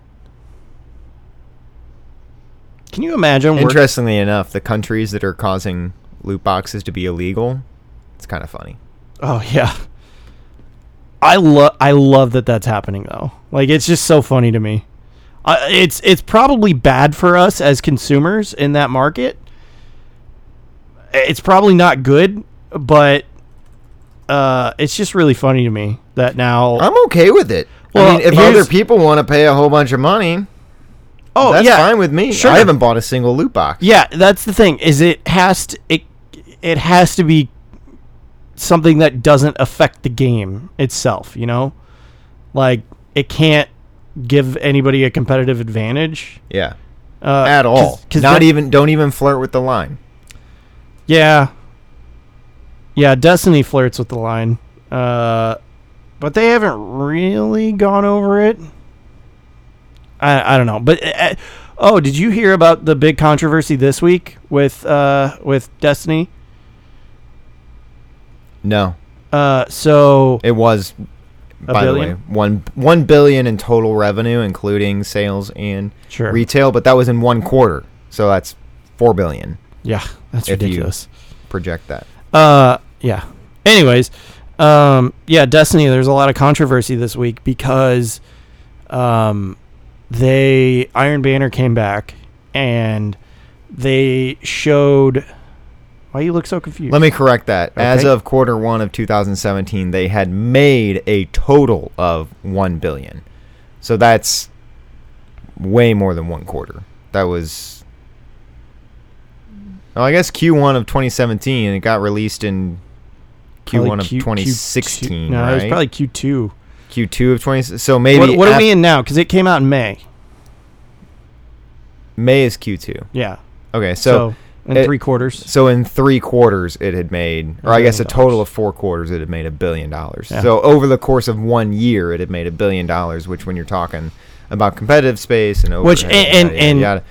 Can you imagine? work- Interestingly enough, the countries that are causing loot boxes to be illegal, it's kind of funny. oh yeah. I love I love that that's happening though. Like it's just so funny to me. I it's it's probably bad for us as consumers in that market. It's probably not good, but uh, it's just really funny to me that now I'm okay with it. I Well, mean, if here's- other people want to pay a whole bunch of money, Oh that's yeah, fine with me. sure. I haven't bought a single loot box. yeah. That's the thing is it has to it it has to be something that doesn't affect the game itself. You know, like it can't give anybody a competitive advantage Yeah. uh, At all. 'cause- 'cause Not that- even don't even flirt with the line. Yeah, yeah. Destiny flirts with the line, uh, but they haven't really gone over it. I I don't know, but. Uh, Oh, did you hear about the big controversy this week with uh, with Destiny? No. Uh, so It was, A Eh, by the billion? way, one one billion in total revenue, including sales and sure, retail. But that was in one quarter, so that's four billion. yeah, that's if you- ridiculous. Project that. Uh, yeah. Anyways, um, yeah, Destiny. There's a lot of controversy this week because, um, they Iron Banner came back and they showed. Why you look so confused? Let me correct that. As Okay. of quarter one of 2017, they had made a total of one billion. So that's way more than one quarter. That was. Well, I guess Q1 of 2017, and it got released in Probably Q1 of Q- Q2 2016. No, it was right? probably Q two. Q2 of 20. So maybe What, what are af- we in now? Because it came out in May. May is Q2. Yeah. Okay, so, and It- three quarters. So in three quarters, it had made, or I guess a Billion total dollars. of four quarters, it had made a billion dollars. Yeah. So over the course of one year, it had made a billion dollars. Which, when you're talking about competitive space and Which- overhead and- yada, and- yada,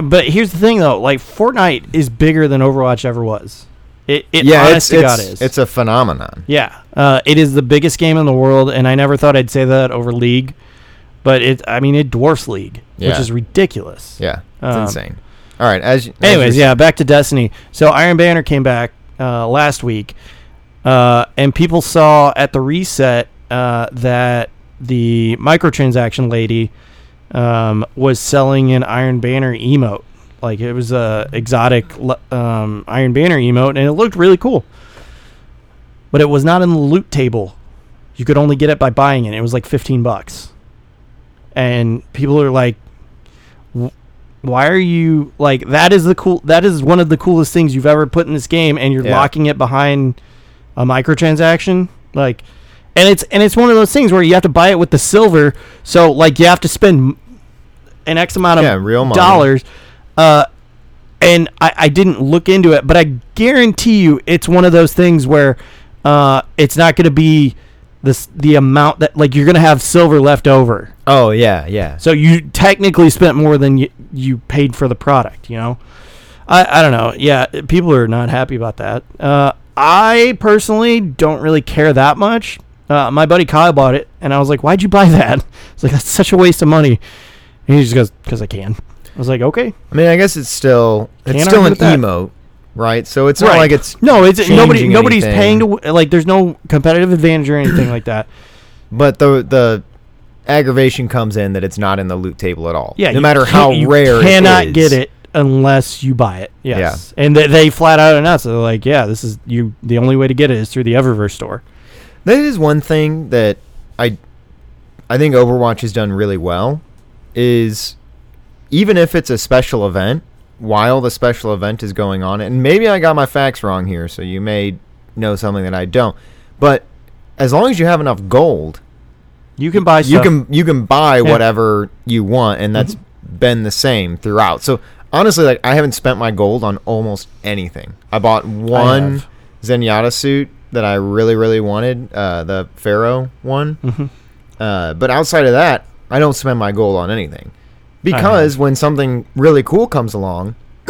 But here's the thing, though. Like Fortnite is bigger than Overwatch ever was. It, it yada. yeah, honest it's to God it's, is. it's a phenomenon. yeah, uh, it is the biggest game in the world, and I never thought I'd say that over League, but it. I mean, it dwarfs League, which Yeah. is ridiculous. Yeah, it's Um, insane. All right, as you- as Anyways, you're- yeah, back to Destiny. So Iron Banner came back uh, last week, uh, and people saw at the reset uh, that the microtransaction lady um, was selling an Iron Banner emote. Like it was a exotic le- um, Iron Banner emote, and it looked really cool. But it was not in the loot table. You could only get it by buying it. It was like fifteen bucks, and people are like, why are you like that is the cool that is one of the coolest things you've ever put in this game and you're Yeah. locking it behind a microtransaction like and it's and it's one of those things where you have to buy it with the silver so like you have to spend an x amount of Yeah, real money. dollars uh and I, I didn't look into it but i guarantee you it's one of those things where uh it's not going to be this the amount that like you're going to have silver left over Oh yeah, yeah. so you technically spent more than you, you paid for the product, you know? I, I don't know. Yeah, people are not happy about that. Uh, I personally don't really care that much. Uh, my buddy Kyle bought it, and I was like, why'd you buy that? It's like, that's such a waste of money. And he just goes, because I can. I was like, okay. I mean, I guess it's still it's Can't still argue an with that. emote, right? So it's not Right. like it's No, it's nobody. changing Nobody's anything. paying to w- like. There's no competitive advantage or anything like that. But the the aggravation comes in that it's not in the loot table at all. Yeah, no you matter can't- how you rare, cannot it is. get it unless you buy it. Yes, and they, they flat out announced it. They're like, "Yeah, this is you. The only way to get it is through the Eververse store." That is one thing that I I think Overwatch has done really well is even if it's a special event, while the special event is going on, and maybe I got my facts wrong here, so you may know something that I don't. But as long as you have enough gold, You can buy. Stuff. you can you can buy Yeah. whatever you want, and that's been the same throughout. So honestly, like I haven't spent my gold on almost anything. I bought one have. Zenyatta suit that I really really wanted, uh, the Pharaoh one. Mhm. Uh, but outside of that, I don't spend my gold on anything because when something really cool comes along,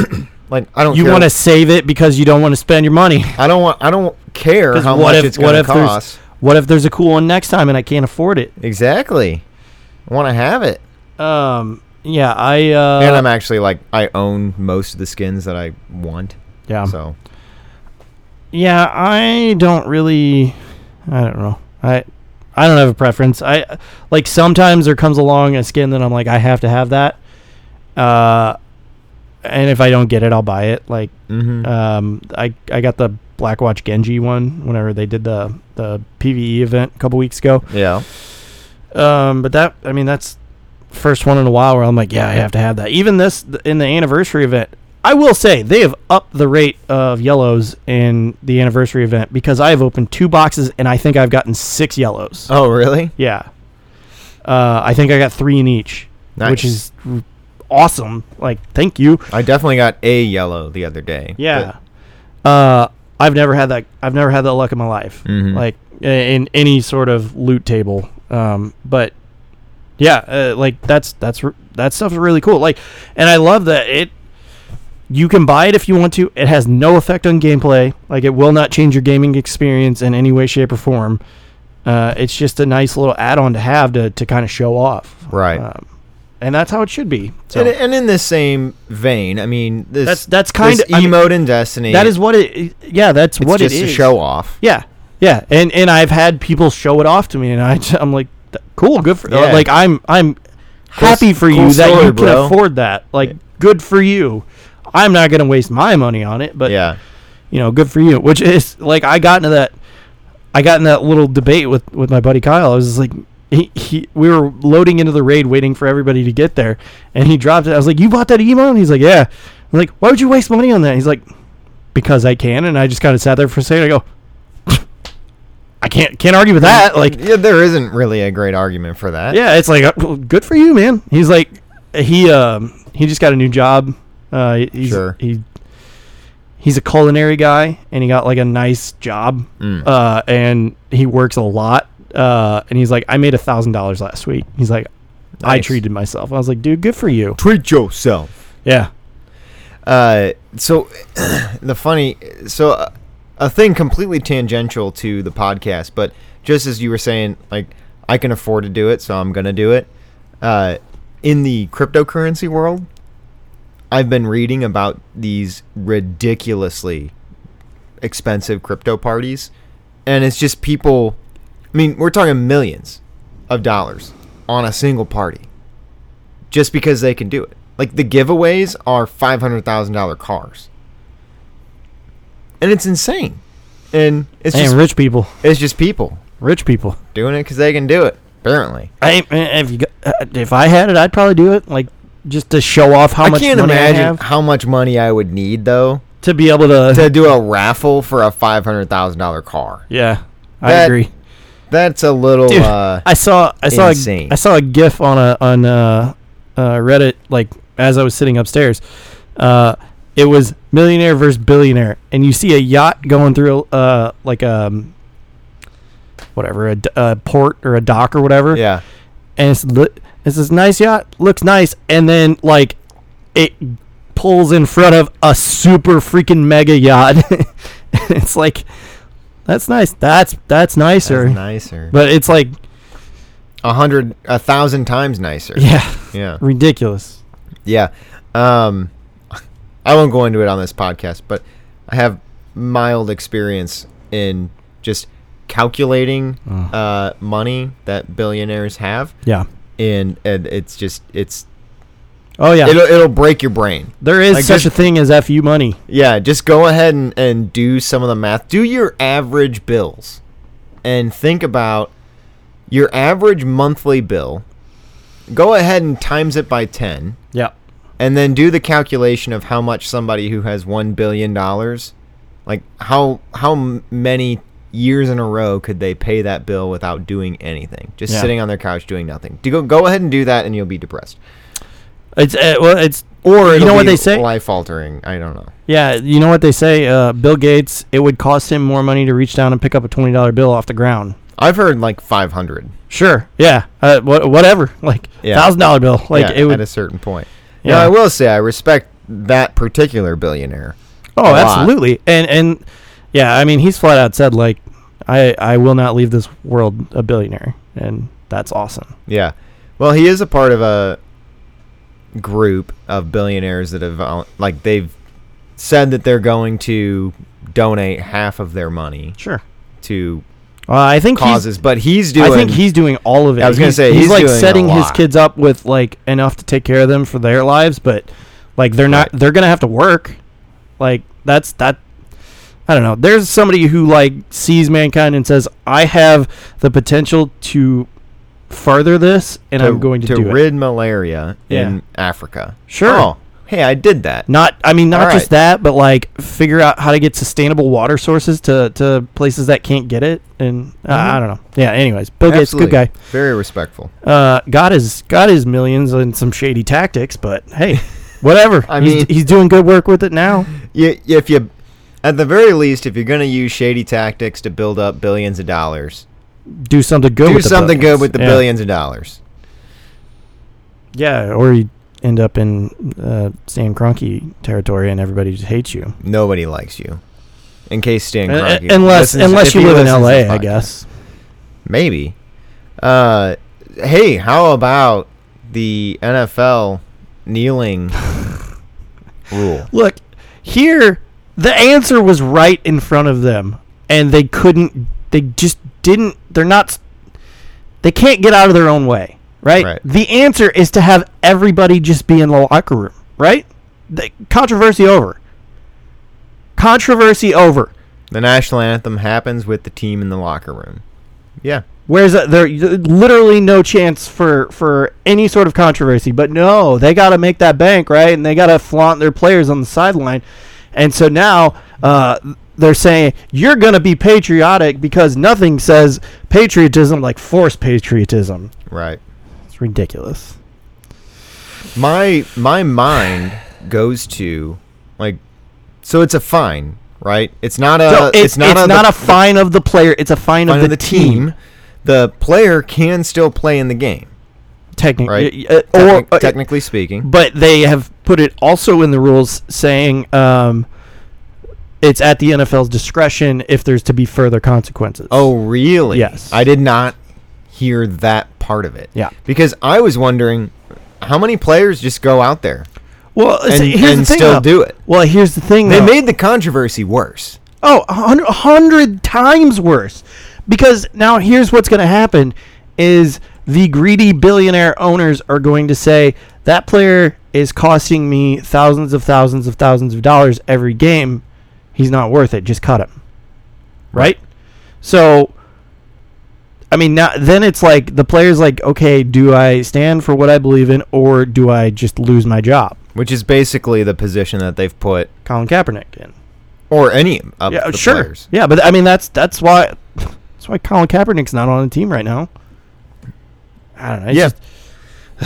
like I don't You care- want to save it because you don't want to spend your money. I don't want I don't care 'Cause how what much if- it's what going to if there's- cost. What if there's a cool one next time and I can't afford it? Exactly, I want to have it. Um. Yeah. I. Uh, and I'm actually like I own most of the skins that I want. yeah. So Yeah. I don't really. I don't know. I. I don't have a preference. I like sometimes there comes along a skin that I'm like I have to have that. Uh, and if I don't get it, I'll buy it. Like mhm. um, I I got the Blackwatch Genji one whenever they did the the PVE event a couple weeks ago. yeah, Um, but that I mean that's first one in a while where I'm like, yeah, I have to have that. Even this th- in the anniversary event, I will say they have upped the rate of yellows in the anniversary event because I have opened two boxes and I think I've gotten six yellows. oh really? Yeah, uh, I think I got three in each, Nice. which is r- awesome. Like, thank you. I definitely got a yellow the other day. Yeah. Uh, I've never had that. I've never had that luck in my life. Mhm. Like i- in any sort of loot table. Um, but yeah, uh, like that's that's r- that stuff's really cool. Like, and I love that it. You can buy it if you want to. It has no effect on gameplay. Like it will not change your gaming experience in any way, shape, or form. Uh, it's just a nice little add-on to have to, to kind of show off. Right. Um, and that's how it should be. So And, and in this same vein, I mean, this That's- that's this kinda- I mean, emote in Destiny. that is what it. Yeah, that's it's what just it to is. show off. Yeah, yeah, and and I've had people show it off to me, and I am like, "Th- cool, good for Yeah. like I'm I'm Cool happy s- for you cool that story, you can bro. afford that. Like, good for you. I'm not gonna waste my money on it, but yeah, you know, good for you. Which is like I got into that I got in that little debate with with my buddy Kyle. I was just like he, he we were loading into the raid waiting for everybody to get there and he dropped it. I was like, You bought that emo? And he's like, Yeah. I'm like, why would you waste money on that? He's like, Because I can and I just kinda sat there for a second, I go I can't can't argue with that. Like yeah, there isn't really a great argument for that. yeah, it's like uh, well, good for you, man. He's like he um he just got a new job. Uh, he's, Sure. He he's a culinary guy and he got like a nice job Mm. uh, and he works a lot uh, and he's like i made a thousand dollars last week he's like i Nice. treated myself i was like dude good for you Treat yourself. yeah Uh, so the funny, so uh, a thing completely tangential to the podcast, but just as you were saying, like I can afford to do it, so I'm gonna do it. Uh, in the cryptocurrency world, I've been reading about these ridiculously expensive crypto parties, and it's just people. I mean, we're talking millions of dollars on a single party, just because they can do it. Like the giveaways are five hundred thousand dollar cars, and it's insane. And it's and just rich people it's just people rich people doing it because they can do it. Apparently, I ain't- eh, if you got, uh, if I had it, I'd probably do it. Like just to show off how I much can't money I imagine have how much money I would need though to be able to. to do a raffle for a five hundred thousand dollar car. yeah, I That- agree. That's a little. Dude, uh, I saw I saw insane. a, I saw a GIF on a on uh uh, Reddit like as I was sitting upstairs. Uh, it was millionaire versus billionaire, and you see a yacht going through uh like um whatever a, d- a port or a dock or whatever. yeah, and it's li- it's this nice yacht, looks nice, and then like it pulls in front of a super freaking mega yacht. And it's like that's nice. That's that's nicer. that's nicer. But it's like A hundred, a thousand times nicer. yeah, yeah. ridiculous. Yeah. Um, I won't go into it on this podcast, but I have mild experience in just calculating Mm. uh, money that billionaires have, Yeah. and, and it's just it's Oh yeah. it'll it'll break your brain. there is like, such a just- thing as fu money. Yeah, just go ahead and, and do some of the math. Do your average bills and think about your average monthly bill. Go ahead and times it by 10 Yeah. and then do the calculation of how much somebody who has 1 billion dollars like how how m- many years in a row could they pay that bill without doing anything just Yeah. sitting on their couch doing nothing do go, go ahead and do that and you'll be depressed It's uh, well, it's or you It'll know what be they say. life altering i don't know yeah, you know what they say. Uh, Bill Gates. It would cost him more money to reach down and pick up a twenty dollar bill off the ground. i've heard like 500 Sure. Yeah. Uh, wha- whatever. Like Yeah. thousand dollar bill. Like yeah, it would. at a certain point yeah. now i will say i respect that particular billionaire Oh, a lot. absolutely. And and yeah, I mean, he's flat out said like, I I will not leave this world a billionaire, and that's awesome. Yeah. Well, he is a part of a group of billionaires that have vol- like they've said that they're going to donate half of their money Sure. to Uh, I think causes, but he's He's, doing I think he's doing all of it. I was gonna say, he's like doing a setting his lot. kids up with like enough to take care of them for their lives, but like they're not Right. they're gonna have to work. Like that's that. I don't know. There's somebody who like sees mankind and says, "I have the potential to further this, and to, I'm going to, to do it." rid malaria Yeah. in Africa. Sure. Oh, hey, I did that. Not, I mean, not All just right. that, but like figure out how to get sustainable water sources to, to places that can't get it, and uh, I Mhm. don't know. Yeah. Anyways, Bill Gates, good Absolutely. guy. Very respectful. Uh, got his got his millions and some shady tactics, but hey, whatever. I he's, mean- he's doing good work with it now. You, if you, at the very least, if you're going to use shady tactics to build up billions of dollars, Do something good. do with something the billions. good with the yeah. billions of dollars. Yeah, or you end up in uh, Sam Cronky territory, and everybody just hates you. nobody likes you. In case Stan Uh, uh, Kroenke unless listens- unless if you he live in listens to L.A., this I podcast. guess. maybe. Uh, hey, how about the NFL kneeling rule? Look, here the answer was right in front of them and they couldn't they just didn't they're not they can't get out of their own way, right? Right. The answer is to have everybody just be in the locker room, right? The, controversy over. Controversy over. The national anthem happens with the team in the locker room. Yeah, Where's a, there literally no chance for for any sort of controversy? But no, they got to make that bank right, and they got to flaunt their players on the sideline, and so now uh, they're saying you're going to be patriotic because nothing says patriotism like forced patriotism. right. It's ridiculous. My my mind goes to like So it's a fine, right? It's not a. So Uh, it's, not a. the- fine of the player. It's a fine, fine of, the team. The player can still play in the game, technically, Right. uh, or technic- uh, technically speaking. but they have put it also in the rules saying um, it's at the NFL's discretion if there's to be further consequences. Oh, really? Yes. I did not hear that part of it. Yeah. Because I was wondering how many players just go out there well, and, see, here's and the thing, still though. do it. Well, here's the thing. They though. made the controversy worse. Oh, a hundred a hundred times worse. Because now here's what's going to happen is the greedy billionaire owners are going to say that player is costing me thousands of thousands of thousands of dollars every game. He's not worth it. Just cut him. Right? So I mean, now then it's like the player's like, okay, do I stand for what I believe in or do I just lose my job? Which is basically the position that they've put, Colin Kaepernick in. or any of yeah, the sure. players. Yeah, but I mean that's that's why that's why Colin Kaepernick's not on the team right now. I don't know. it's Yeah.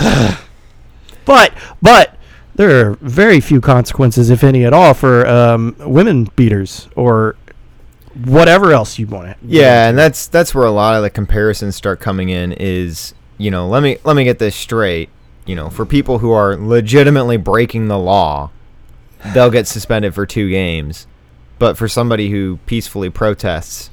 just- but but there are very few consequences, if any at all, for um, women beaters or whatever else you want to. Yeah, and that's that's where a lot of the comparisons start coming in. Is you know, let me let me get this straight. You know, for people who are legitimately breaking the law, they'll get suspended for two games. But for somebody who peacefully protests,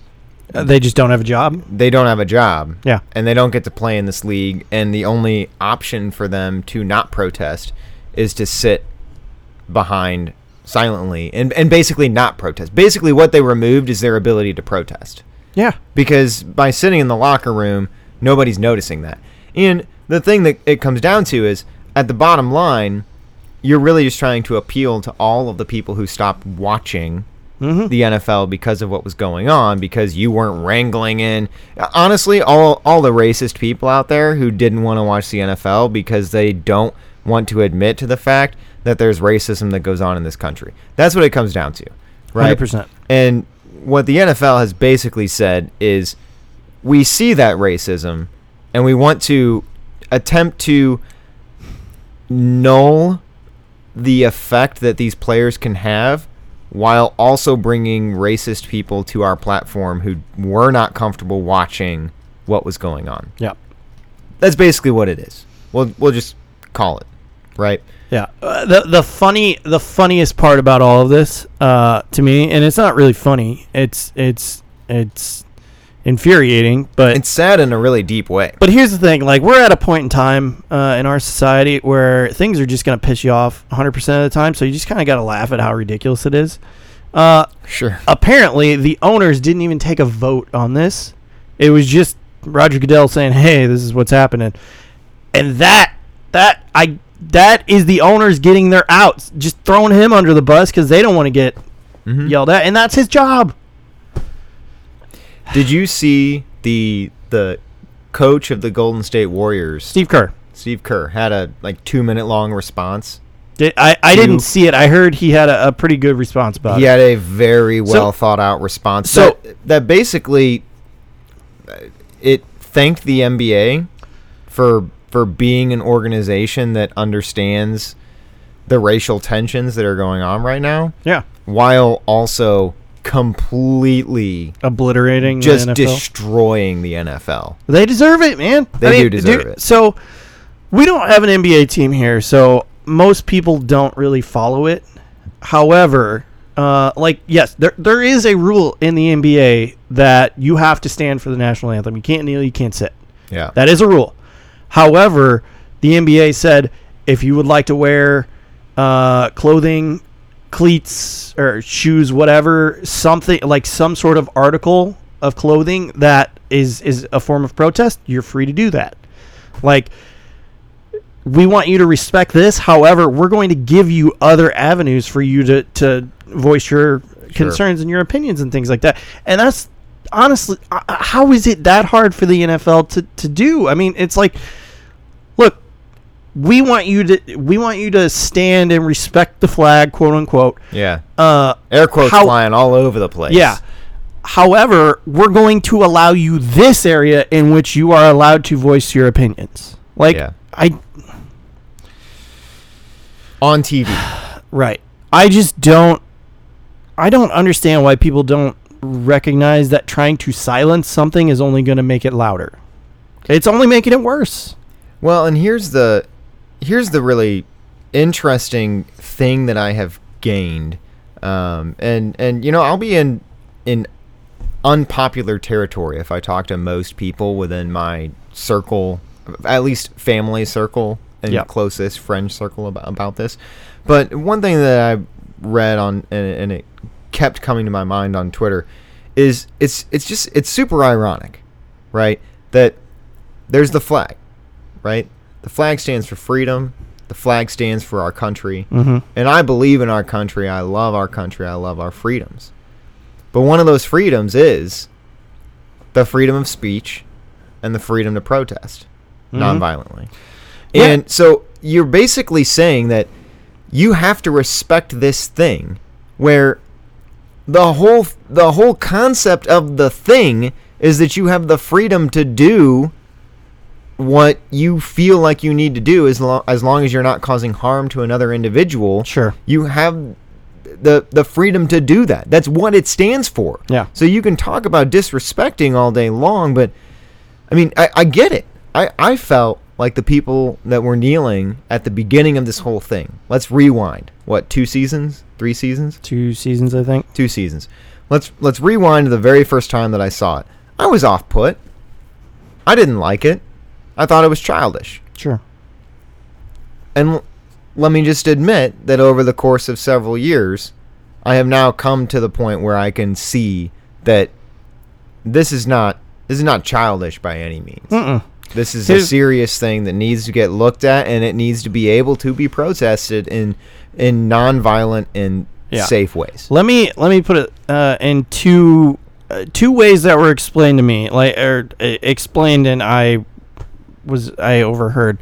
they just don't have a job. they don't have a job. Yeah. and they don't get to play in this league. And the only option for them to not protest is to sit behind silently and, and basically not protest. Basically, what they removed is their ability to protest Yeah. because by sitting in the locker room, nobody's noticing that. And the thing that it comes down to is at the bottom line, you're really just trying to appeal to all of the people who stopped watching the NFL because of what was going on, because you weren't wrangling in. Honestly, all all the racist people out there who didn't want to watch the NFL because they don't want to admit to the fact that there's racism that goes on in this country. That's what it comes down to, right? 100%. And what the NFL has basically said is we see that racism and we want to attempt to null the effect that these players can have while also bringing racist people to our platform who were not comfortable watching what was going on. Yeah. That's basically what it is. We'll we'll just call it, right? Yeah. Uh, the the funny the funniest part about all of this uh, to me, and it's not really funny. It's it's it's infuriating, but It's sad in a really deep way. but here's the thing: like we're at a point in time uh, in our society where things are just gonna piss you off 100 percent of the time. So you just kind of gotta laugh at how ridiculous it is. Uh, Sure. apparently, the owners didn't even take a vote on this. It was just Roger Goodell saying, "Hey, this is what's happening," and that that I that is the owners getting their outs, just throwing him under the bus because they don't want to get yelled at, and that's his job. Did you see the the coach of the Golden State Warriors, Steve Kerr. Steve Kerr, had a like two minute long response? Did, I, I You- didn't see it. I heard he had a, a pretty good response about it. He had a very So- well thought out response. so- that, that basically uh, it thanked the NBA for for being an organization that understands the racial tensions that are going on right now, Yeah. while also completely Obliterating just the NFL. destroying the NFL. they deserve it, man. They do deserve it. So we don't have an NBA team here, so most people don't really follow it. However, uh, like yes, there there is a rule in the NBA that you have to stand for the national anthem. You can't kneel, you can't sit. Yeah. That is a rule. However, the NBA said if you would like to wear uh, clothing, cleats, or shoes, whatever, something like some sort of article of clothing that is is a form of protest, you're free to do that. Like we want you to respect this. However, we're going to give you other avenues for you to to voice your concerns and your opinions and things like that. And that's honestly, uh, uh, how is it that hard for the NFL to to do? I mean, it's like, look, we want you to we want you to stand and respect the flag, quote unquote. yeah. Uh, Air quotes How- flying all over the place. yeah. However, we're going to allow you this area in which you are allowed to voice your opinions. Like Yeah. I On TV. Right. I just don't I don't understand why people don't recognize that trying to silence something is only going to make it louder. It's only making it worse. Well, and here's the here's the really interesting thing that I have gained, um, and and you know I'll be in in unpopular territory if I talk to most people within my circle, at least family circle and Yep. closest friend circle about, about this. But one thing that I read on and, and it kept coming to my mind on Twitter is it's it's just it's super ironic, right? That there's the flag, right? The flag stands for freedom. The flag stands for our country. Mm-hmm. And I believe in our country. I love our country. I love our freedoms. But one of those freedoms is the freedom of speech and the freedom to protest nonviolently. Mm-hmm. Yeah. And so you're basically saying that you have to respect this thing where the whole the whole concept of the thing is that you have the freedom to do what you feel like you need to do as long as long as you're not causing harm to another individual Sure. you have the the freedom to do that that's what it stands for Yeah. so you can talk about disrespecting all day long but i mean i, I get it I, I felt like the people that were kneeling at the beginning of this whole thing let's rewind what two seasons three seasons Two seasons, I think. two seasons let's let's rewind to the very first time that i saw it i was off put i didn't like it i thought it was childish Sure. and l- let me just admit that over the course of several years, I have now come to the point where I can see that this is not this is not childish by any means. Mm-mm. This is a Hmm. Here's- serious thing that needs to get looked at, and it needs to be able to be protested in in nonviolent and Yeah. safe ways. Let me let me put it uh, in two uh, two ways that were explained to me, like or uh, explained, and I was I overheard.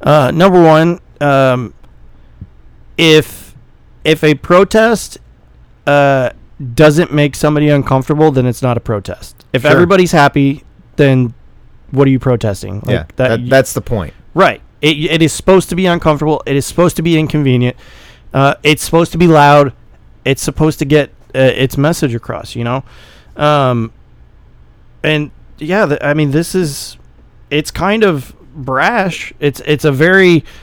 Uh, number one, um, if if a protest uh, doesn't make somebody uncomfortable, then it's not a protest. If Sure. everybody's happy, then what are you protesting? Like, yeah, that, you- that's the point. Right. It, it is supposed to be uncomfortable. It is supposed to be inconvenient. Uh, it's supposed to be loud. It's supposed to get uh, its message across, you know? Um, and yeah, th- I mean, this is, it's kind of brash. It's, it's a very,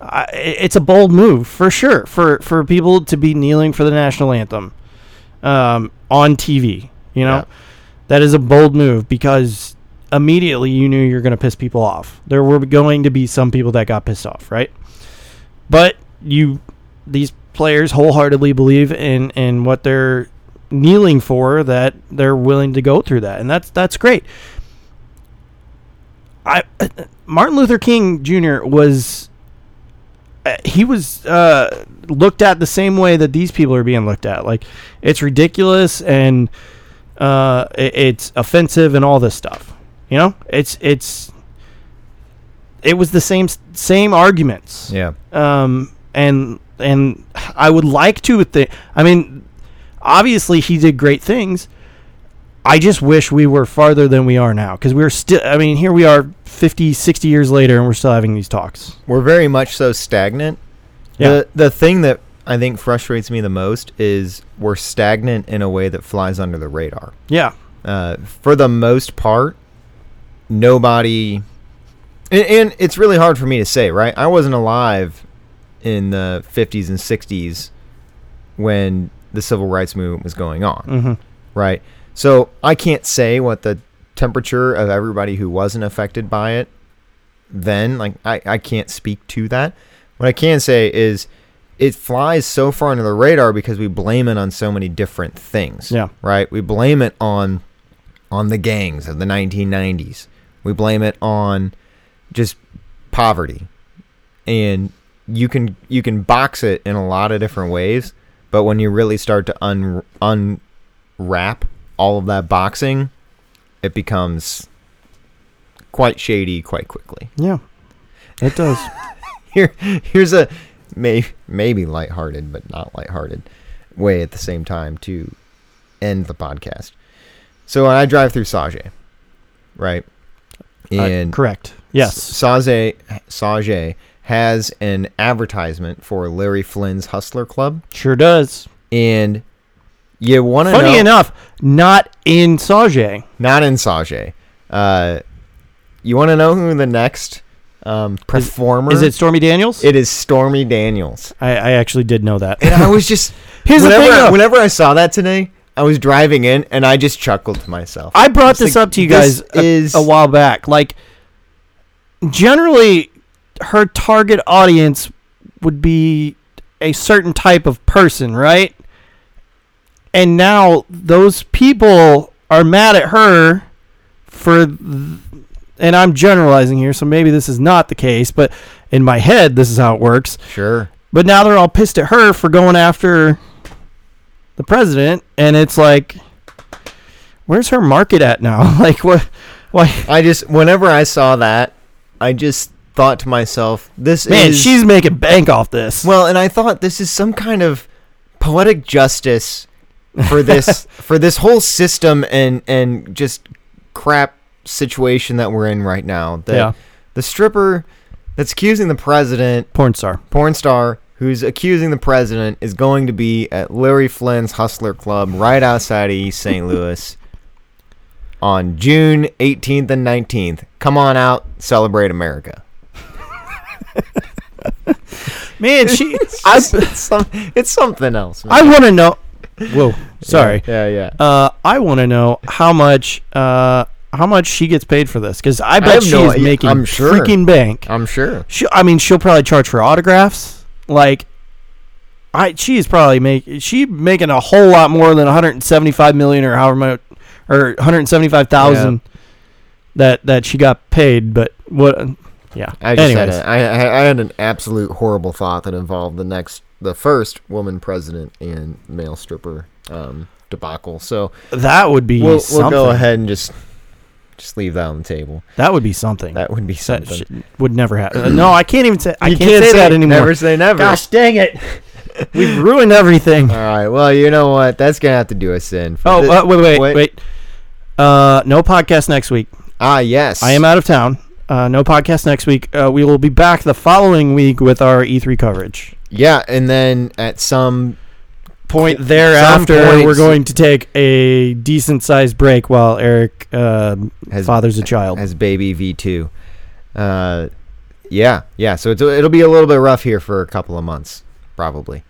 I, it's a bold move for sure for, for people to be kneeling for the national anthem, um, on TV, you know? Yeah. That is a bold move because immediately you knew you're going to piss people off. There were going to be some people that got pissed off, right? But you, these players wholeheartedly believe in in what they're kneeling for. That they're willing to go through that, and that's that's great. I Martin Luther King Jr. was uh, he was uh, looked at the same way that these people are being looked at. Like it's ridiculous and uh, i- it's offensive and all this stuff. You know, it's it's it was the same s- same arguments. Yeah, Um, and and I would like to think. I mean, obviously he did great things. I just wish we were farther than we are now because we're still. I mean, here we are, 50, 60 years later, and we're still having these talks. we're very much so stagnant. Yeah. The the thing that I think frustrates me the most is we're stagnant in a way that flies under the radar. Yeah. uh, for the most part, nobody. And, and it's really hard for me to say, right? I wasn't alive in the 50s and 60s when the civil rights movement was going on, Mm-hmm. right? So I can't say what the temperature of everybody who wasn't affected by it then, like, I, I can't speak to that. What I can say is it flies so far under the radar because we blame it on so many different things Yeah. right? We blame it on on the gangs of the 1990s. We blame it on just poverty. And you can you can box it in a lot of different ways, but when you really start to un, unwrap all of that boxing, it becomes quite shady quite quickly. Yeah. It does. Here here's a may, maybe lighthearted but not lighthearted way at the same time to end the podcast. So when I drive through Sage, right? Uh, And correct. S- Yes. Sage Sage has an advertisement for Larry Flynn's Hustler Club, Sure does. and you want to Funny know, enough, not in Sauge. not in Sage. Uh, you want to know who the next um, performer Is it Stormy Daniels? It is Stormy Daniels, I, I actually did know that. and I was just Here's the whenever, thing, though. whenever I saw that today, I was driving in and I just chuckled to myself. I brought It's this like, up to you this guys a, is- a while back. Like, generally, her target audience would be a certain type of person, right? And now those people are mad at her for, th- and I'm generalizing here, so maybe this is not the case, but in my head, this is how it works. sure, But now they're all pissed at her for going after the president, and it's like, where's her market at now? like what? Why? I just whenever I saw that, I just thought to myself, "This Man, is she's making bank off this. well," and I thought this is some kind of poetic justice for this for this whole system and and just crap situation that we're in right now. That yeah, the stripper that's accusing the president porn star. porn star who's accusing the president is going to be at Larry Flynn's Hustler Club right outside of East St. Louis on June 18th and 19th. Come on out, celebrate America. Man, she. I It's, it's some, it's something else. man. I want to know. Whoa, sorry. Yeah, yeah. Uh, I want to know how much uh how much she gets paid for this because I bet have she's no idea. making I'm sure. freaking bank. I'm sure. She, I mean, she'll probably charge for autographs. Like, I she's probably make she making a whole lot more than 175 million or however much or 175,000 that that she got paid. But what? Yeah. I just Anyways, had a, I, I I had an absolute horrible thought that involved the next the first woman president and male stripper um, debacle. So that would be we'll, something. we'll go ahead and just just leave that on the table. That would be something. That, That would be something. sh- would never happen. no, I can't even say. I You can't, say, that anymore. Never say never. Gosh dang it! We've ruined everything. All right. Well, you know what? That's gonna have to do us in. for Oh, thi- uh, wait, wait, what? wait, wait. Uh, no podcast next week. ah, yes. I am out of town. Uh, no podcast next week. Uh, we will be back the following week with our E3 coverage. yeah, and then at some Point thereafter, thereafter, we're we're going going to take a decent sized break while Eric uh, Has- fathers fathers a child. as baby V two. Uh, yeah, yeah. So it's, it'll be a little bit rough here for a couple of months, probably,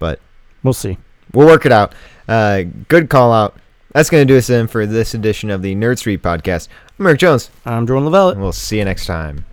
but we'll see. we'll work it out. Uh, good call out. That's gonna do us in for this edition of the Nerd Street podcast. I'm Eric Jones, I'm Jordan Lavelle. and we'll see you next time.